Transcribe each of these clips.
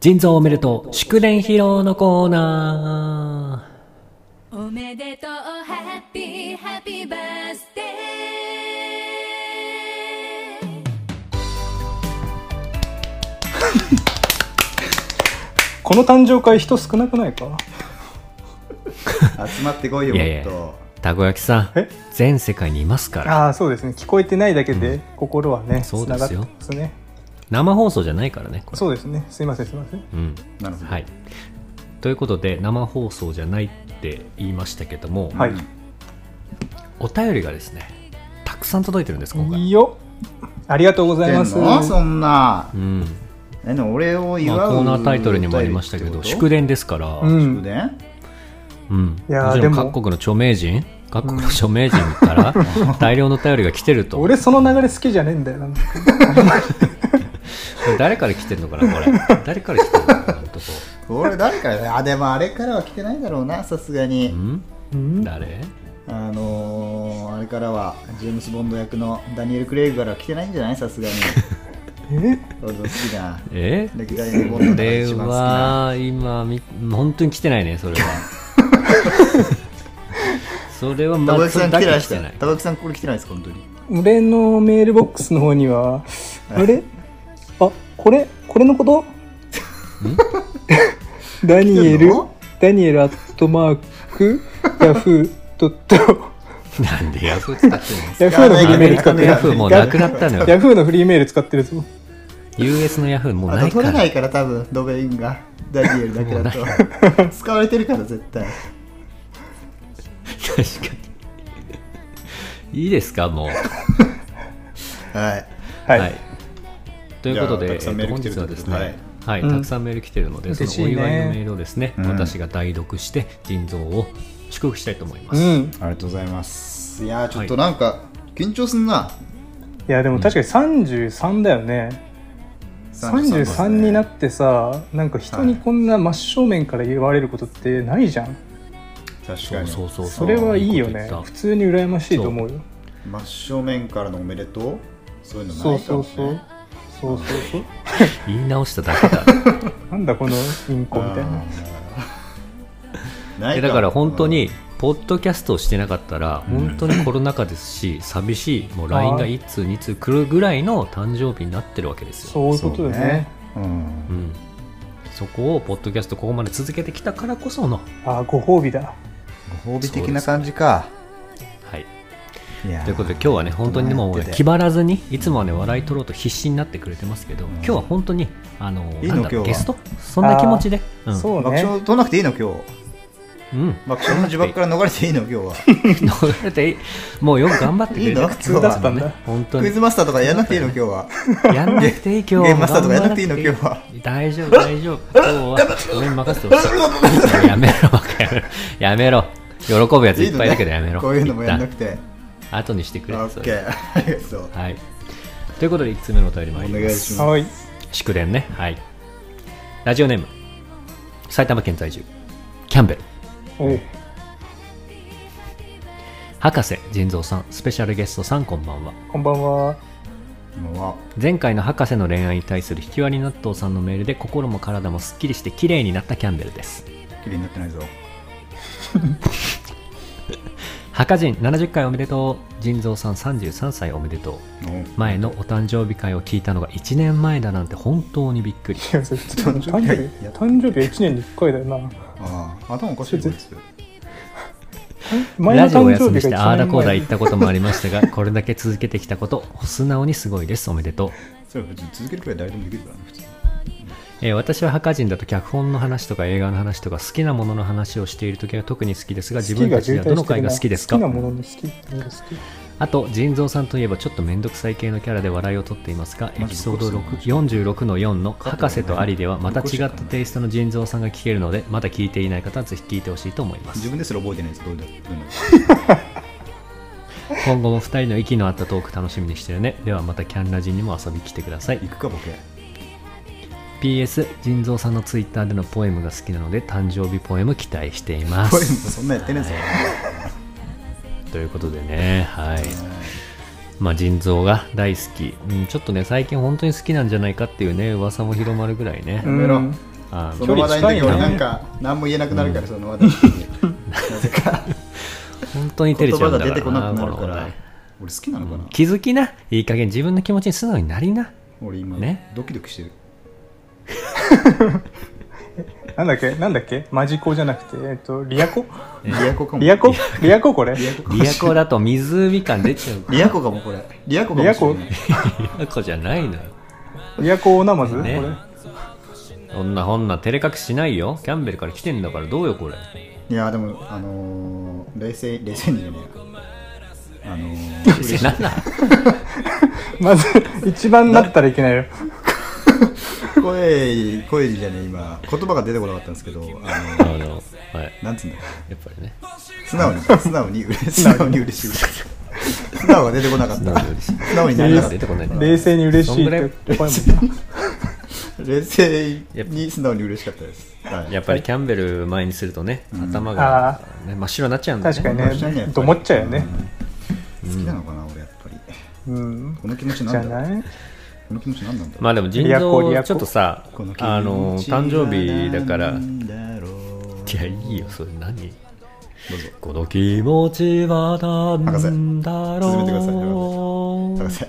腎臓をめでとう祝電披露のコーナーおめでとうハッピーハッピーバースデーこの誕生会人少なくないか集まってこいよいもやいやっとたこ焼きさんえ全世界にいますからああそうですね聞こえてないだけで心はね、そう繋ですよがってますね生放送じゃないからねこれそうですねすいませんすいませんうんなるほどはいということで生放送じゃないって言いましたけども、はい、お便りがですねたくさん届いてるんです今い回いよありがとうございます出んのそんなうん、えでも俺をま祝う、あ、コーナータイトルにもありましたけど祝電電ですから、うん祝電うん、いやーもちろんでも各国の著名人各国の著名人から 大量の便りが来てると俺その流れ好きじゃねえんだよなこれ誰から来てるのかなこれ誰から来てるのかなとこ俺 誰からあでもあれからは来てないだろうなさすがうにんうん誰あのー、あれからはジェームス・ボンド役のダニエル・クレイグからは来てないんじゃない さすがにえ俺の好きなえ歴代のボンドこの中でれ一番好きなは今み本当に来てないねそれは それはたこま焼きさんだ来けてないはですかたこ焼きさんこれ来てないです本当に俺のメールボックスの方にはあれあこれこれのこと ダニエ来てルんのダニエルアットマークヤフードットなんでヤフー使ってんのヤフーのフリーメール使っ使てるわないからヤフーもうなくなったのよヤフーのフリーメール使ってるぞ US のヤフーもうあなといか取れらないから多分ドメインがダニエルだけだと 使われてるから絶対確かにいいですかもうはいはい、ということで、じゃえあたくさんっメとール本来てる日はですね、っはていこうんたくさんメール来てるので、そ嬉しいのおね祝いのメールをですね、うん私が代読して、腎臓を祝福したいと思いまうす。んありがとうございますいやーちょっとなんか緊張すんな、いやでも確かに33だよね、33になっってさなんか人にこんな真正面から言われることってないじゃん、確そかうにそうそうう、それはいいよねいこと言普っ通に羨ましいと思うよ真正面からのおめでとうそういうのそなういかそもうねそうそうそうそうた言い直しただけだ。なんだこのインコみたいなあーないえもだから本当に、ポッドキャストをしてなかったら、本当にコロナ禍ですし、寂しい、もう LINE が1通、2通来るぐらいの誕生日になってるわけですよ。そういうことだよねそううねうんんそこをポッドキャストここまで続けてきたからこその、ああご褒美だご褒美的な感じかはい、いやーということで今日はね本当にもうやってて気張らずにいつもはね笑い取ろうと必死になってくれてますけど、今日は本当にあのいいのなんだ今日はゲストそんな気持ちで、うん、そう爆ね笑取らなくていいの今日うん 爆笑の呪縛から逃れていいの今日は逃れていいもうよく頑張ってくれいいのた普通通だったはんだ本当クイにズマスターとかやんなくていいの今日はやんなくていい今日ゲームマスターとかやんなくていいの今日は大丈夫大丈夫今日は俺に任せてほしいやめろバカやめろやめろ喜ぶやついっぱいだけどやめろいいのねこういうのもやんなくて一旦後にしてくオれッそケれーありがとうはいということで1つ目のお便りお参り願まいすしますはい祝電ねはいラジオネーム埼玉県在住キャンベルおう博士腎臓さんスペシャルゲストさんこんばんはこんばんは今は前回の博士の恋愛に対する引き割り納豆さんのメールで心も体もすっきりして綺麗になったキャンベルです綺麗になってないぞ博人70回おめでとう腎臓さん33歳おめでとう前のお誕生日会を聞いたのが1年前だなんて本当にびっくりいやそれちょっと誕誕生生日日誕生日は1年に1回だよなああ頭おかしいこいつ前のラジオお誕休生み日してがあー1だ年こうだ言前ったこともありましたがこ れだけ続けてきたこと素直にすごいですおめでとうそれ別に続けるくらい誰でもできるからね普通にえー私は墓人だと脚本の話とか映画の話とか好きなものの話をしている時は特に好きですが自分たちではどの回が好きですか好きなものの好きっていうのが好きあと腎臓さんといえばちょっと面倒くさい系のキャラで笑いを取っていますがエマジピソードどこ6 46の4の「博士とアリ」ではまた違ったテイストの腎臓さんが聞けるのでまだ聞いていない方はぜひ聞いてほしいと思います自分ですら覚えてないですどうだどうだ今後も2人の息の合ったトーク楽しみにしてるねではまたキャンラジンにも遊びに来てください行くか ボケ PS 腎臓さんのツイッターでのポエムが好きなので誕生日ポエム期待していま声もすそんなやってねえぞということでねはいまあ、腎臓が大好き、うん、ちょっとね最近本当に好きなんじゃないかっていうね噂も広まるぐらいね、うやめろん。あのその話題の時距離近いよ俺ねなんか何も言えなくなるからその話題の時になぜか本当に照れ言ちゃ葉うんだがか出らてこなくなるかこのらね俺好きなのかな気づきないい加減自分の気持ちに素直になり な俺今ねドキドキしてるなんだっけなんだっけマジコじゃなくて、えっと、リアコリアコかもリアコリアコこれリアコかもリアコだと湖感出ちゃうか リアコかもこれリアコかもしれないらリアコじゃないのよリアコオナマズこねれ。そんなほんな照れ隠しないよキャンベルから来てんだからどうよこれいやでもあのー冷静冷静にじゃねえやあのー嬉しいなんだまず、一番なったらいけないよ。声声じゃねえ今言葉が出てこなかったんですけどあのあーのはいなんつうんだろやっぱりねう素直に素直に嬉しい素直に嬉しい素直が出てこなかっ素直に嬉たしい素直になれなかっ出てたこないね冷静に嬉しいそんぐらいって怖いもんな。冷静に素直に嬉しかったですはいやっぱりキャンベル前にするとね、頭あが、ね、真っ白になっちゃうんだね確かに面白いねやっぱね、りと思っちゃうよね。好きなのかな俺やっぱりうん。この気持じちゃなんだろうないこの気持ちなんなんだろうまあでも腎リアコリ臓アコちょっとさこの気持ちあの誕生日だからないんだろうやいいよそれ何どうぞこの気持ちはなんだ博士進めてくださいろ高う瀬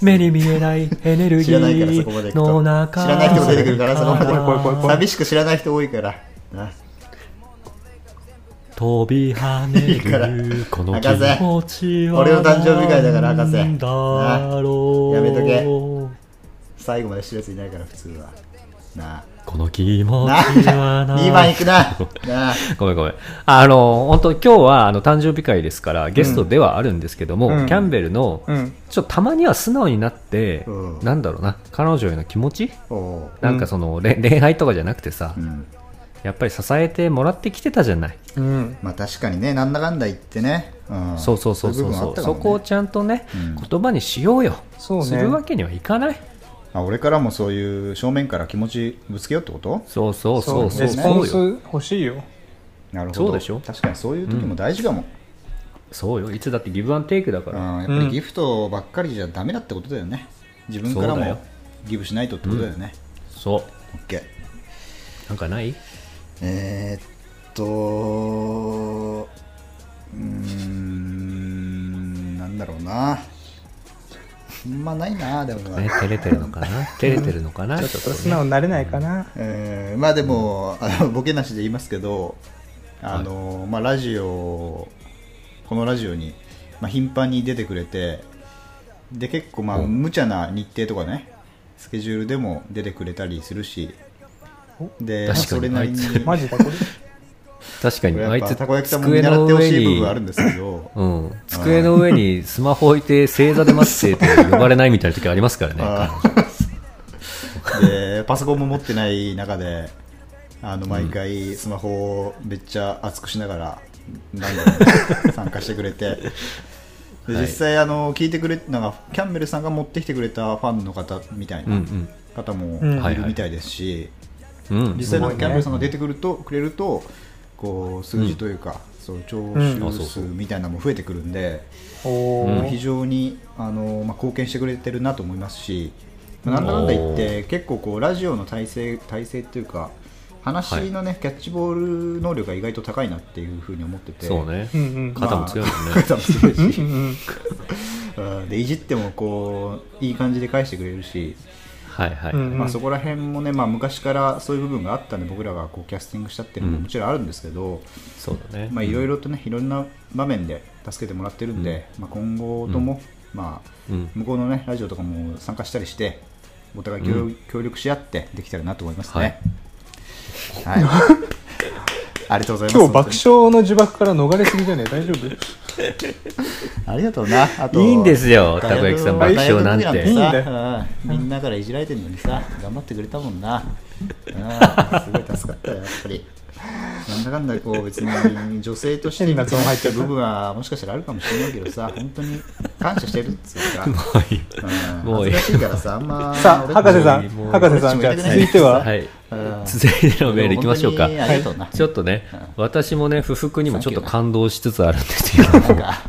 目に見えないエネル知ギらないからそこまでー行のくと中知らない人も出てくるからそこまで怖い怖い怖い寂しく知らない人多いからな飛び跳いいからねるこの気持ちは俺の誕生日会だから博士なんだろうなやめとけ最後まで知るやついないから普通はなこの気持ちなんはだ2番いくななあごめんごめん。あの、本当今日はあの誕生日会ですから、ゲストではあるんですけども、うんキャンベルの、うん。ちょっとたまには素直になって、うんなんだろうな、彼女への気持ちおおうなんかその、れ恋愛とかじゃなくてさ、うんやっぱり支えてもらってきてたじゃない。うん。まあ確かにねなんだかんだ言ってね、うん、そうそうそうそうい部分あそっう、たかもそねこをちゃんとね、うん言葉にしようよ。そうねするわけにはいかない。あ俺からもそういう正面から気持ちぶつけようってことそうそうそ、そううそレうスポそンうスよ。欲しいよ。なるほどそうでしょ確かにそういう時も大事かも、そうよ。いつだってギブアンドテイクだかうん、ら。やっぱりギフトばっかりじゃダメだってことだよね自分からそうだもよギブしないとってことだよね、そう。オッケーなんかないえー、っとうーんなんだろうなまあないなでも、ね、照れてるのか な照れてるのかなちょっと素ね。直になれないかな。えーまあでも、 あのボケなしで言いますけどあの、まあ、ラジオこのラジオに、まあ、頻繁に出てくれてで結構まあ無茶な日程とかねスケジュールでも出てくれたりするしで、確まあかにそれなりにあいつマジ だこれ。確かに、やあっいぱつたこ焼きさんも見机習のってほ上しい部に分あ、るんですけ どうん、机の上にスマホ置いて正座で待ってて呼ばれないみたいな時ありますからね。あーでパソコンも持ってない中であの毎回スマホをめっちゃ熱くしながら、なんだろうね参加してくれてではい実際あの聞いてくれなんかキャンベルさんが持ってきてくれたファンの方みたいうんうなん方もうんはいいるはいみたいですし、うん実際のすごいねキャンベルさんが出てくるとくれるとこう数字というか、そう聴うんあ取そう数そうみたいなのも増えてくるんで。おうまあー非常にあの、まあ、貢献してくれてるなと思いますし、まあなんだかんだ言って結構こうラジオの体制体制っていうか話のね、キャッチボール能力が意外と高いなっていうふうに思っててそうねう。んうん。肩も強いもんね肩も強いしうんうん。うんでいじってもこういい感じで返してくれるし、はいはい。うんまあ、そこら辺もね、まあ、昔からそういう部分があったんで僕らがこうキャスティングしたっていうのももちろんあるんですけど、そうだね。まあ、いろいろとね、いろんな場面で助けてもらってるんで、まあ、今後とも、まあ、うん向こうのね、ラジオとかも参加したりして、お互い協,、協力し合ってできたらなと思いますね。はい。 ありがとうございます。今日爆笑の呪縛から逃れすぎじゃねえ大丈夫本当にありがとうな。あといいんですよ大学たこ焼きさん爆笑なんて大学いいんのだ時よなんてさうんみんなからいじられてるのにさ、頑張ってくれたもんな。うんすごい助かったよ、やっぱり。なんだかんだこう別に女性として変なゾーン入っちゃった部分はもしかしたらあるかもしれないけどさ、本当に感謝してるっつうか、もういい。うんもうい恥いずかしいからさ、あん まさあ俺博士さんもうもう博士さんじゃあ続いては、はいうん。続いてのメールいきましょうか本当。にありがとうな。ちょっとね、私もね、不服にもちょっと感動しつつあるんですけどなんか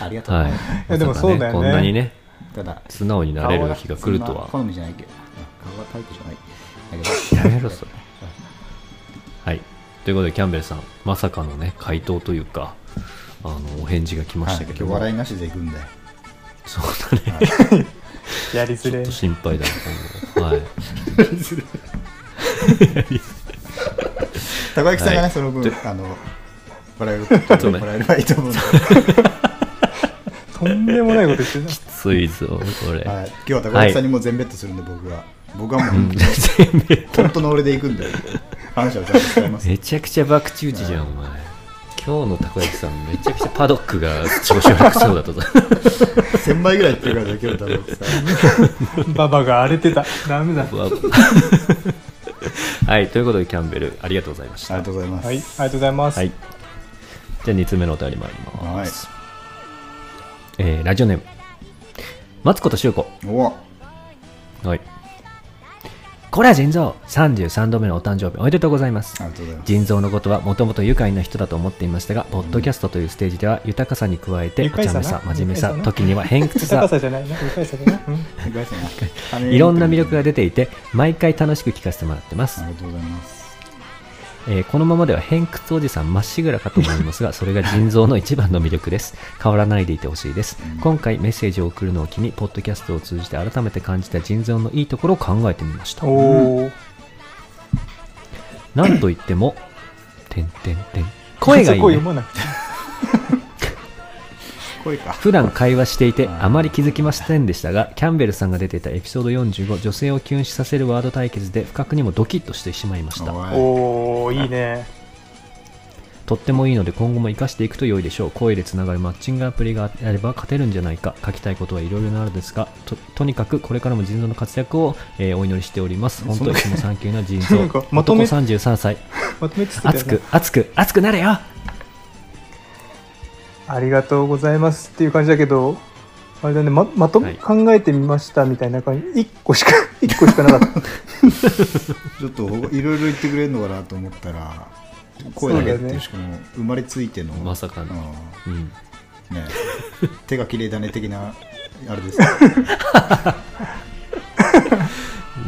ありがとう、はいいやでもまさかそうだよねこんなにねただ素直になれる日が来ると顔がはそんな好みじゃないけど顔がタイプじゃないだけどやめろそれはいということでキャンベルさんまさかのね回答というかあのお返事が来まはしいた今け日ども、笑いなしでいくんだよそうだねやりづちょれっえと心配だね今後はいたこ焼きさんがね、はいその分あの笑いを取ってもらえればいいと思うん で、とんでもないこと言ってるなついぞこれ、はい、今日はたこ焼きさんにもう全ベッドするんで僕は僕はもう本全然当本当の俺でいくんで感謝をちゃんと伝えますめちゃくちゃ博打ちじゃんお前今日のたこ焼きさんめちゃくちゃパドックが調子悪そうだったぞ1000倍ぐらいいってるからできるたこ焼きさん ババが荒れてたダメだうわ はいということでキャンベルありがとうございましたありがとうございます、はいありがとうございます、はい。じゃあ2つ目のお便り参ります。えーラジオネーム。松子と修子。おはい。これは腎臓33度目のお誕生日おめでとうございますありがとうございます腎臓のことはもともと愉快な人だと思っていましたがポッドキャストというステージでは豊かさに加えて愉お快茶さな目さ真面目さ愉快さな時には偏 屈高ささじゃないな高さじゃない、うんありがとうございますいろんな魅力が出ていて毎回楽しく聞かせてもらってますありがとうございますえーこのままでは偏屈おじさんまっしぐらかと思いますがそれが腎臓の一番の魅力です変わらないでいてほしいですうん今回メッセージを送るのを機にポッドキャストを通じて改めて感じた腎臓のいいところを考えてみましたおおなんといっても「てんてんてん」声がいい、声ね読、まなくて声か普段会話していてあーあまり気づきませんでしたがキャンベルさんが出ていたエピソード45女性をキュン死させるワード対決で不覚にもドキッとしてしまいましたおいおおいいねとってもいいので今後も活かしていくと良いでしょう声でつながるマッチングアプリがあれば勝てるんじゃないか書きたいことはいろいろなるですがととにかくこれからも腎臓の活躍を、えーお祈りしております本当にいつも産休な腎臓なんかまと男め33歳まとめつつ熱く熱く熱くなれよありがとうございますっていう感じだけどあれだねままとめ、はい考えてみましたみたいな感じ1個しか 一個しかなかったちょっといろいろ言ってくれるのかなと思ったら声だけっていうしかも生まれついてのまさかのううんんね手が綺麗だね的なあれです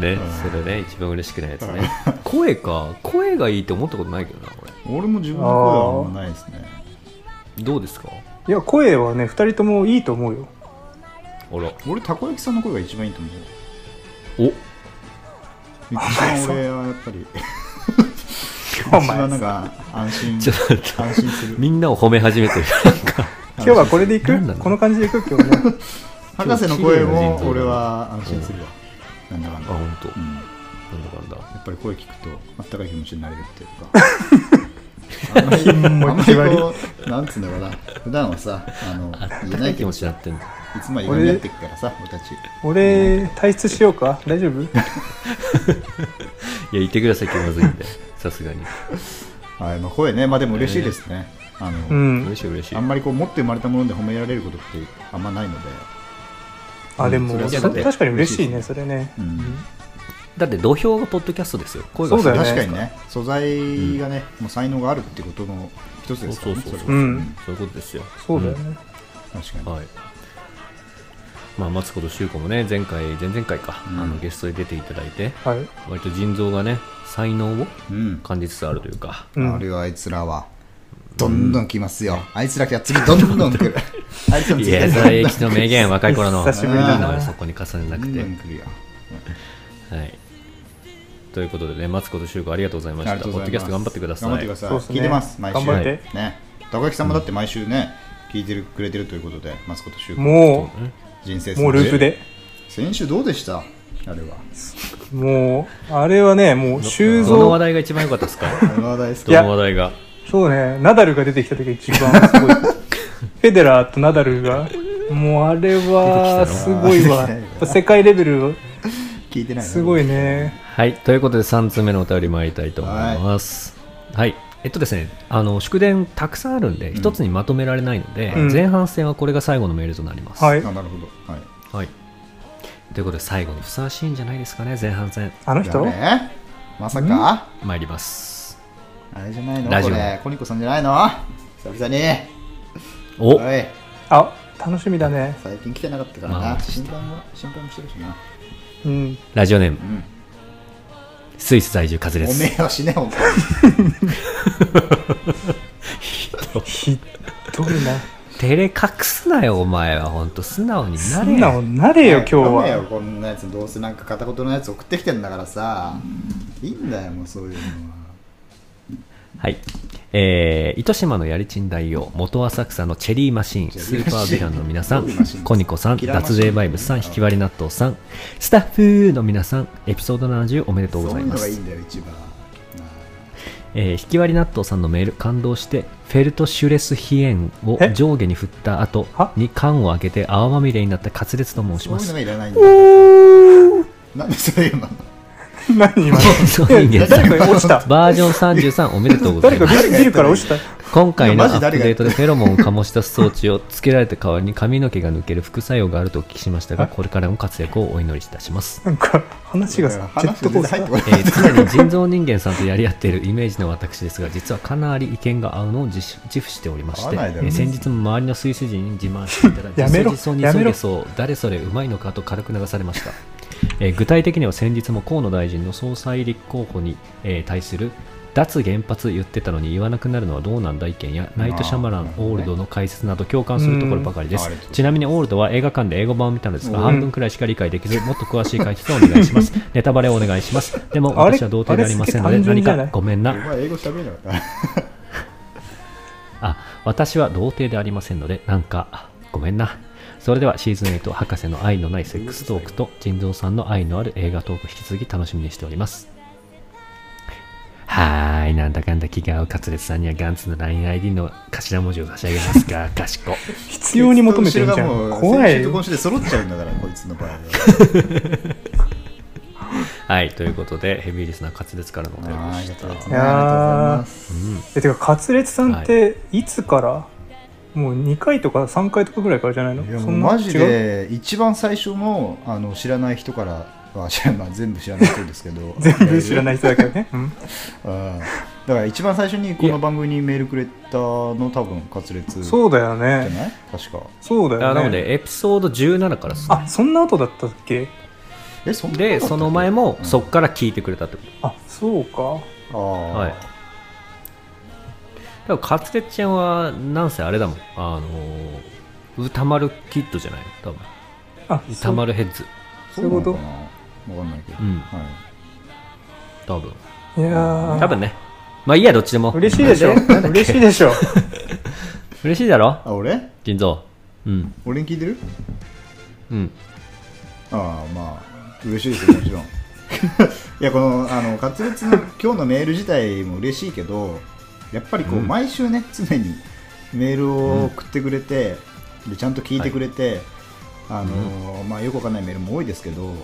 ねそれね一番嬉しくないやつね 声か声がいいって思ったことないけどなこれ俺も自分の声はあんまないですねどうですかいや声はね2人ともいいと思うよあら俺たこ焼きさんの声が一番いいと思うお一番俺はやっぱり一 お番前なんか安 心ちょっと待って 安心するみんなを褒め始めてる今日はこれでいくなんなのこの感じでいく今日 ね博士の声も俺は安心するわなんだかんあだ、本当。う、なんやんだかんだっぱり声聞くとあったかい気持ちになれるっていうかあんまりひんもち割りあんまりこうなんつうんだろうな普段はさあの言えな高いいけ気ど持いちになってんのつもは歪み合ってくからさ俺たち俺退出しようか大丈夫いや、いてください、気まずいんで、 さすがに。はい、まあ、声ねまあでも嬉しいですね、あの、うん嬉しい、嬉しい。あんまりこう持って生まれたもので褒められることってあんまないので、あでもそれはそだって確かに嬉しいねそれねうんだって、土俵がポッドキャストですよ。声がそうだよね確かにね素材がね、もう才能があるってことの一つですからねそうそうそうれはうんそういうことですよ。そうだよね、確かに、うん。はい。まあ、松子と修子もね、前回、前々回か、うんあのゲストで出ていただいて、はい、割と腎臓がね、才能をうん感じつつあるというか、うんあれはあいつらはどんどん来ますよ、あいつらが次どんどん来 るあいつらもい次や、どんそどんれ、駅の名言、若い頃の、久しぶりだななそこに重ねなどくんてど。ん来るよはい。ということでね、松子と修子ありがとうございました。ポッドキャスト頑張ってください。頑張ってください、そうっすね聞いてます毎週頑張ってね高木さんもだって毎週ね聞いてるくれてるということでマスコット週も人生うもうループで先週どうでしたあれ はもうあれはねもう修どの話造題が一番良かったですかあれは大好きどの話題が。そうねナダルが出てきた時が一番す ごいフェデラーとナダルがもうあれは出てきすごいわ出てきたなやっぱ世界レベル聞いてないなすごいねはい、ということで3つ目のお便り参りたいと思います。はい、えっとですね、あの祝電たくさんあるんで、一つにまとめられないので、うん前半戦はこれが最後のメールとなります。はいあなるほどはいはいということで最後にふさわしいんじゃないですかね、前半戦あの人誰まさか参ります。あれじゃないのラジオこれコニコさんじゃないの久々におおいあ楽しみだね最近来てなかったからな、まあ心配も心配もしてるしな、うんラジオネームうん、スイス在住カズでおめすえは死ねほんとひっどいな照れ隠すなよお前は本当素直に素なれ直になれよ今日ダメよはこんなやつどうせなんか片言のやつ送ってきてんだからさいいんだよもうそういうのははいえー、糸島のやりちん大王元浅草のチェリーマシーンチスェリーーパマーシーンヴィランの皆さどういうマシーんンコニコさんキラーマシー脱ン税バイブスさんひきわり納豆さんスタッフの皆さんエピソード70おめでとうごそざういいうのまがいいすんだよ一番えー、ひきわり納豆さんのメール感動してフェルトシュレスヒエンをえ上下に振った後はに缶を開けて泡まみれになった滑舌と申しそまういうのすがいらないんだよなんでそういうの 何今そうの人間え誰か落ちた バージョン33おめでとうござ誰いかますビルビルから落ちた今回のいアやマジップ誰がデートでフェロモンを醸し出す装置をつけられた代わりに髪の毛が抜ける副作用があるとお聞きしましたがこれからも活躍をお祈りいたしますなんか話がさジェ話ッがト全コース然タ入ってこーないえー常に人造人間さんとやり合っているイメージの私ですが実はかなり意見が合うのを自し自負しておりまして、合わないだろうえーね先日も周りのスイス人に自慢していたらやめろ自そ自やそめろにそげそう誰それうまいのかと軽く流されました、えー具体的には先日も河野大臣の総裁立候補に、えー対する脱原発言ってたのに言わなくなるのはどうなんだ意見やナイト・シャマランまあオールドの解説など共感するところばかりですうんあれちなみにオールドは映画館で英語版を見たのですがうん半分くらいしか理解できずもっと詳しい解説をお願いし ますネタバレをお願いしますでもあれ私は童貞でありませんのであれすげえ単純何じゃないかごめんおな前英語喋れなかっあ私は童貞でありませんのでなんかごめんなそれではシーズン8博士の愛のないセックストークと人造さんの愛のある映画トーク引き続き楽しみにしておりますはーいなんだかんだ気が合うカツレツさんにはガンツの LINEID の頭文字を差し上げますがかしこ必要に求めてるじゃ後ろがもんう怖先い週とよ今週で揃っちゃうんだからこいつの場合ははいということでヘビーリスナーカツレツからのお便りでしたありがとうございますいやーありがとうございますえてかカツレツさんっていつから、もう2回とか3回とかぐらいからじゃないのいやそもうんなマジ違うで一番最初のあの知らない人からは知らない全部知らない人ですけど 全部知らないい人だけどね、うん、だから一番最初にこの番組にメールくれたの多分カツレツじそうだよゃねない確かそうだよねあなのでエピソード17からですあそんな後だったっけえそんなことだでったっけその前もうんそっから聞いてくれたってことあそうかああ、はい多分カツレツちゃんはなんせあれだもんあのー歌丸キッドじゃない多分あ歌丸ヘッズそういうことなのかなわかんないけど、うんはい、多分いやー多分ねまあいいやどっちでも嬉しいでしょなんだっけ嬉しい でしょ嬉しいだろあ俺腎臓うん俺に聞いてるうんああまあ嬉しいですよもちろん いやこのあの滑舌の今日のメール自体も嬉しいけどやっぱりこう、うん毎週ね常にメールを送ってくれて、でちゃんと聞いてくれて、あのーまあ、よくわかんないメールも多いですけど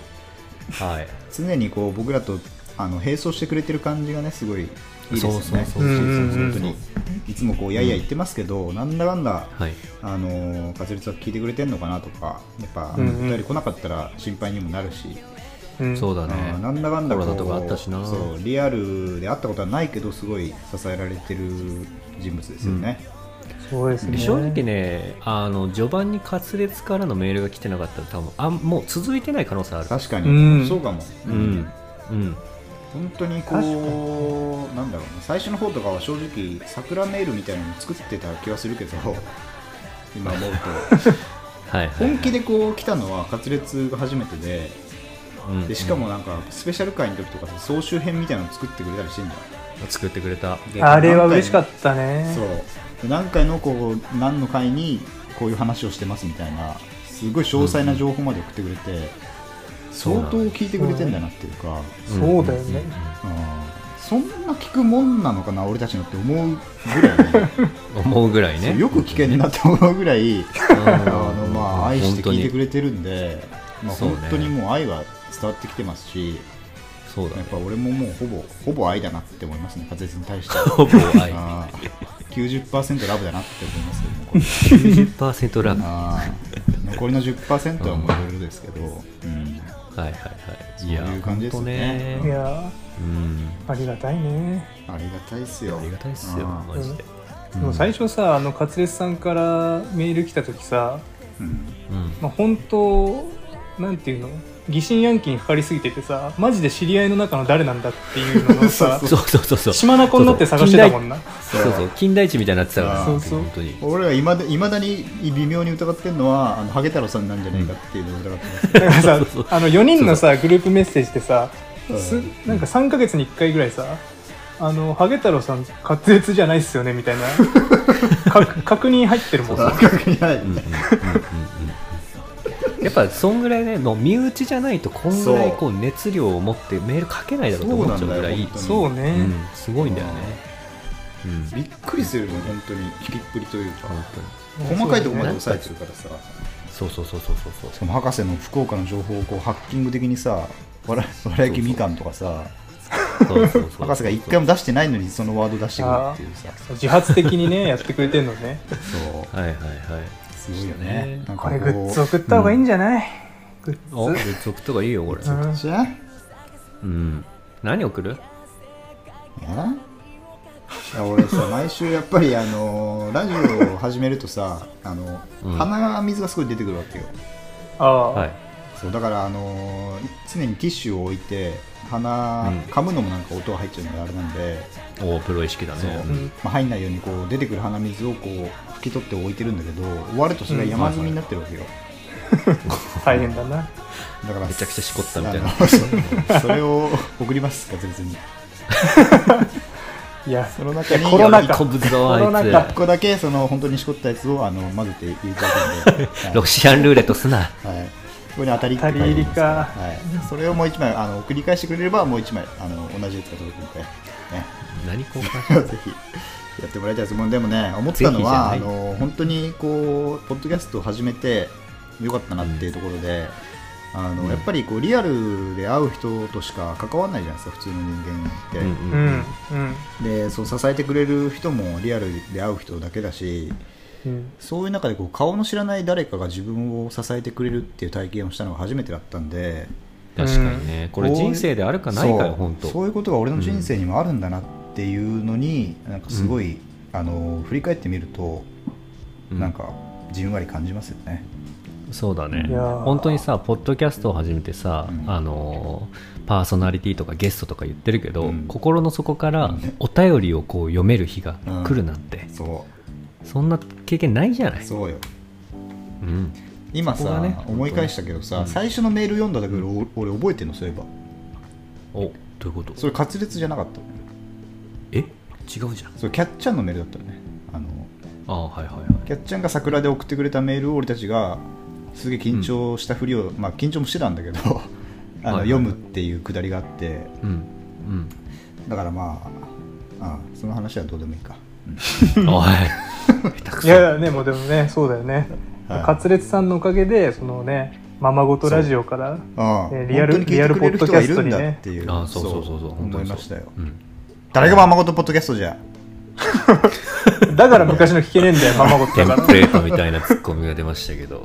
はい常にこう僕らとあの並走してくれてる感じがねすごいいいですよそねうそうそうそうそう本当にいつもこうやいや言ってますけど、なんだかんだはいあのー、滑舌は聞いてくれてるのかなとかやっぱ、うんうんお便り来なかったら心配にもなるうし、んそうだねうんなんだかんだこうコロナとかあったしなそうリアルで会ったことはないけどすごい支えられてる人物ですよね、そうですね正直ねあの序盤に滑舌からのメールが来てなかったら多分あもう続いてない可能性ある確かに、うんそうかも、うんうん本当にこうなんだろうな最初の方とかは正直桜メールみたいなの作ってた気はするけど今思 うとはいはい本気でこう来たのは滑舌が初めてでうんでしかもなんかスペシャル回の時とかさ総集編みたいなの作ってくれたりしてんじゃうんん作ってくれたであれは嬉しか何った回もねそう何回のこう何の回にこういう話をしてますみたいなすごい詳細な情報まで送ってくれて、相当聞いてくれてんだなっていうか、そうだよね、うんそんな聞くもんなのかな俺たちのって思うぐ らいね、うん思うぐらいねよく聞けんなって思うぐらいあの、まあ、愛して聞いてくれれてるんで、まあ、そうね本当にもう愛は伝わってきてますし、そうだや ねっぱ俺ももうほぼほぼ愛だなって思いますね滑舌に対してほぼ愛あー90%ラブだなって思いますけどもこれ90%ラブはあー残りの10%はもういろいろですけど、うん、いはいはいそういう感じですよねほんといやうんーありがたいねありがたいっすよありがたいっすよあーマジででも最初さあのカツレツさんからメール来た時さ、うんうんまあ、本当なんていうの疑心暗鬼にかかりすぎててさマジで知り合いの中の誰なんだっていうのをさ そうそうそうそう島名湖になって探してたもんなそうそう金田一みたいになってたからそうそう本当に俺はいまだ未だに微妙に疑ってるのはあのハゲ太郎さんなんじゃないかっていうのを疑ってます、だからさあの4人のさグループメッセージでさすうんなんか3ヶ月に1回ぐらいさ「あのハゲ太郎さん滑舌じゃないっすよね」みたい なか確認入ってるもんなはいやっぱそんぐらいねの身内じゃないとこんぐらいこう熱量を持ってメールかけないだろうと思っちゃうぐらいそうなんだよ本当にそうね、うんすごいんだよねうんびっくりするよね本当に聞きっぷりというか本当に細かいところまで抑えてるからさそうそうそうそうそう しそうかも博士の福岡の情報をこうハッキング的にさ笑笑いきみかんとかさそうそうそうそう博士が一回も出してないのにそのワード出してくるっていうさ自発的にねやってくれてんの ねそうはいはいはいすごいよねなんこかれグッズこ送った方がいいんじゃない、グおッグズッズ送った方がいいよこれうんうじゃあうん何送るあいや俺さ毎週やっぱりあのーラジオを始めるとさあの、うん鼻水がすごい出てくるわけよああ、はいそうだからあのー常にティッシュを置いて鼻、うん噛むのもなんか音が入っちゃうのがあれなんで、おプロ意識だそうねんまあ、入んないようにこう出てくる鼻水をこう拭き取って置いてるんだけど終わるとそれが山積みになってるわけよ、大変だなだからめちゃくちゃしこったみたいなあのそうそれを送りますか全然にいやその中にコロナ禍飛ぶぞあコロナい1個だけその本当にしこったやつをあの混ぜて入れてあるんで、はい つロシアンルーレットすなはい、ここに当たりって書いてあますからはい、それをもう一枚あの繰り返してくれればもう一枚あの同じやつが届くので、ね、 何交換ぜひやってもらいたいですもうでもね思ってたのはあぜひじゃないの本当にこうポッドキャストを始めてよかったなっていうところで、あのやっぱりこうリアルで会う人としか関わらないじゃないですか普通の人間って、うんううんんうんでそう支えてくれる人もリアルで会う人だけだしうんそういう中でこう顔の知らない誰かが自分を支えてくれるっていう体験をしたのが初めてだったんで確かにねこれ人生であるかないかよそう本当そういうことが俺の人生にもあるんだなっていうのに、なんかすごい、あの振り返ってみると、うんなんかじんわり感じますよね、そうだねいやー本当にさポッドキャストを始めてさ、うんあのーパーソナリティとかゲストとか言ってるけど、うん心の底からお便りをこう読める日が来るなんて、そそんな経験ないじゃなうい、そうようん、今さここが、ね思い返したけどさ、うん最初のメール読んだだけど、俺覚えてんのそういえばおどういうことそれ滑舌じゃなかったえ違うじゃんそれキャッチャンのメールだったよねあのああはいはいはいキャッチャンが桜で送ってくれたメールを俺たちがすげえ緊張したふりを、まあ緊張もしてたんだけどあの、はいはい読むっていうくだりがあってうんだからまあああその話はどうでもいいか、うんうんおい 下手くいそやねもうでもねそうだよね、はいカツレツさんのおかげでそのねままごとラジオからああえーリアル本当に聞いてくれる人がいるんだっていうああそうそうそうそう本当思いにそうましたようん誰がままごとポッドキャストじゃだから昔の聞けねえんだよままごとテだからンプレートみたいなツッコミが出ましたけど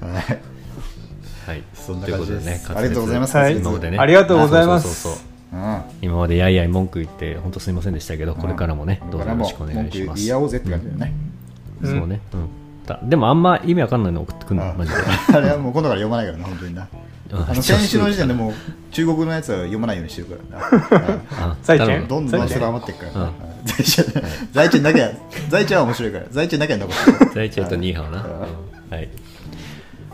はいはいはい、そんな感じですということでね、ありがとうござい滑舌今までね、はいありがとうございまますすそうそうそうそううん今までやいやい文句言って本当すみませんでしたけどこれからもねうんどうぞよろしくお願いしこれからも文句ます言い合おうぜって感じだよね、うんそうね、うんだでもあんま意味わかんないの送ってくんあのあ マジで あれはもう今度から読まないからな本当になうんあの先週の時点でもう 中国のやつは読まないようにしてるからなうんあ再建頼むどんどんそれ が余っていくからうん財地財地だけは財地は面白いから財地だけは残して第一やとニーハオな、うんはい、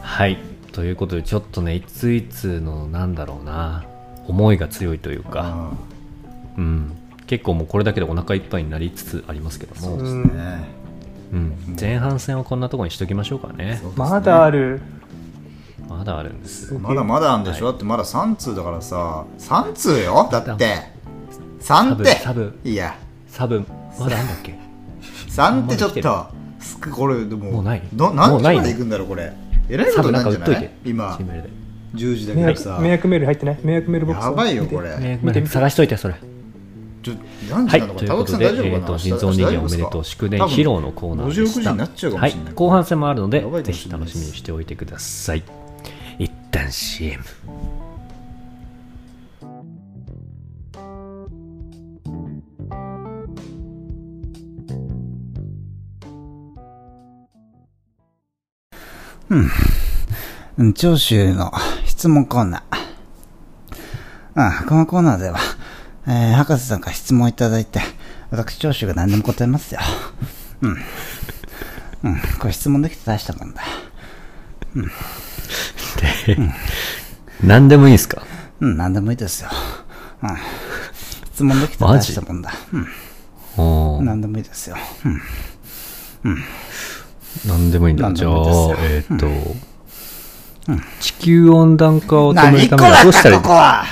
はい、ということでちょっとねいついつのなんだろうな思いが強いというか、うん、結構もうこれだけでお腹いっぱいになりつつありますけども、うんうんねうん、前半戦はこんなところにしときましょうかねそうですねまだあるまだあるんですまだまだあんでしょ、だってまだ3通だからさ3通よだって3ってサブサいやサブまだあんだっ け3ってちょっまだとすくこれでももうないども何う時ないまでいくんだろうこれえらいこサとブにななんんか売じゃっなといてい今チームメールで10時だ迷けど惑さ迷惑メール入ってない迷惑メールボックスやばいよこ迷れ惑メール探しといてそれちょ何は時い、なのかという田こ脇とさんで、え大丈夫かー、なと明日人造人間おめで大丈と夫う、すか祝電多分披露のコーナーで56し時た。になっちゃうかはもいしれない、後半戦もあるのでやばい、かぜもしひれない楽ですしみにしておいてください。一旦 CM。うん長州の質問コーナー。ああこのコーナーでは、えー博士さんから質問をいただいて、私長州が何でも答えますよ。うん。うん、これ質問できて大したもんだ。何でもいいですかうん、何でもいいですよ。うん。質問できて大したもんだ。おうん。ー何でもいいですよ。何でもいいんだ。何じでゃあもいいですよ、えーっと、地球温暖化を止める何た個めにはだどっうしたたらいこいこは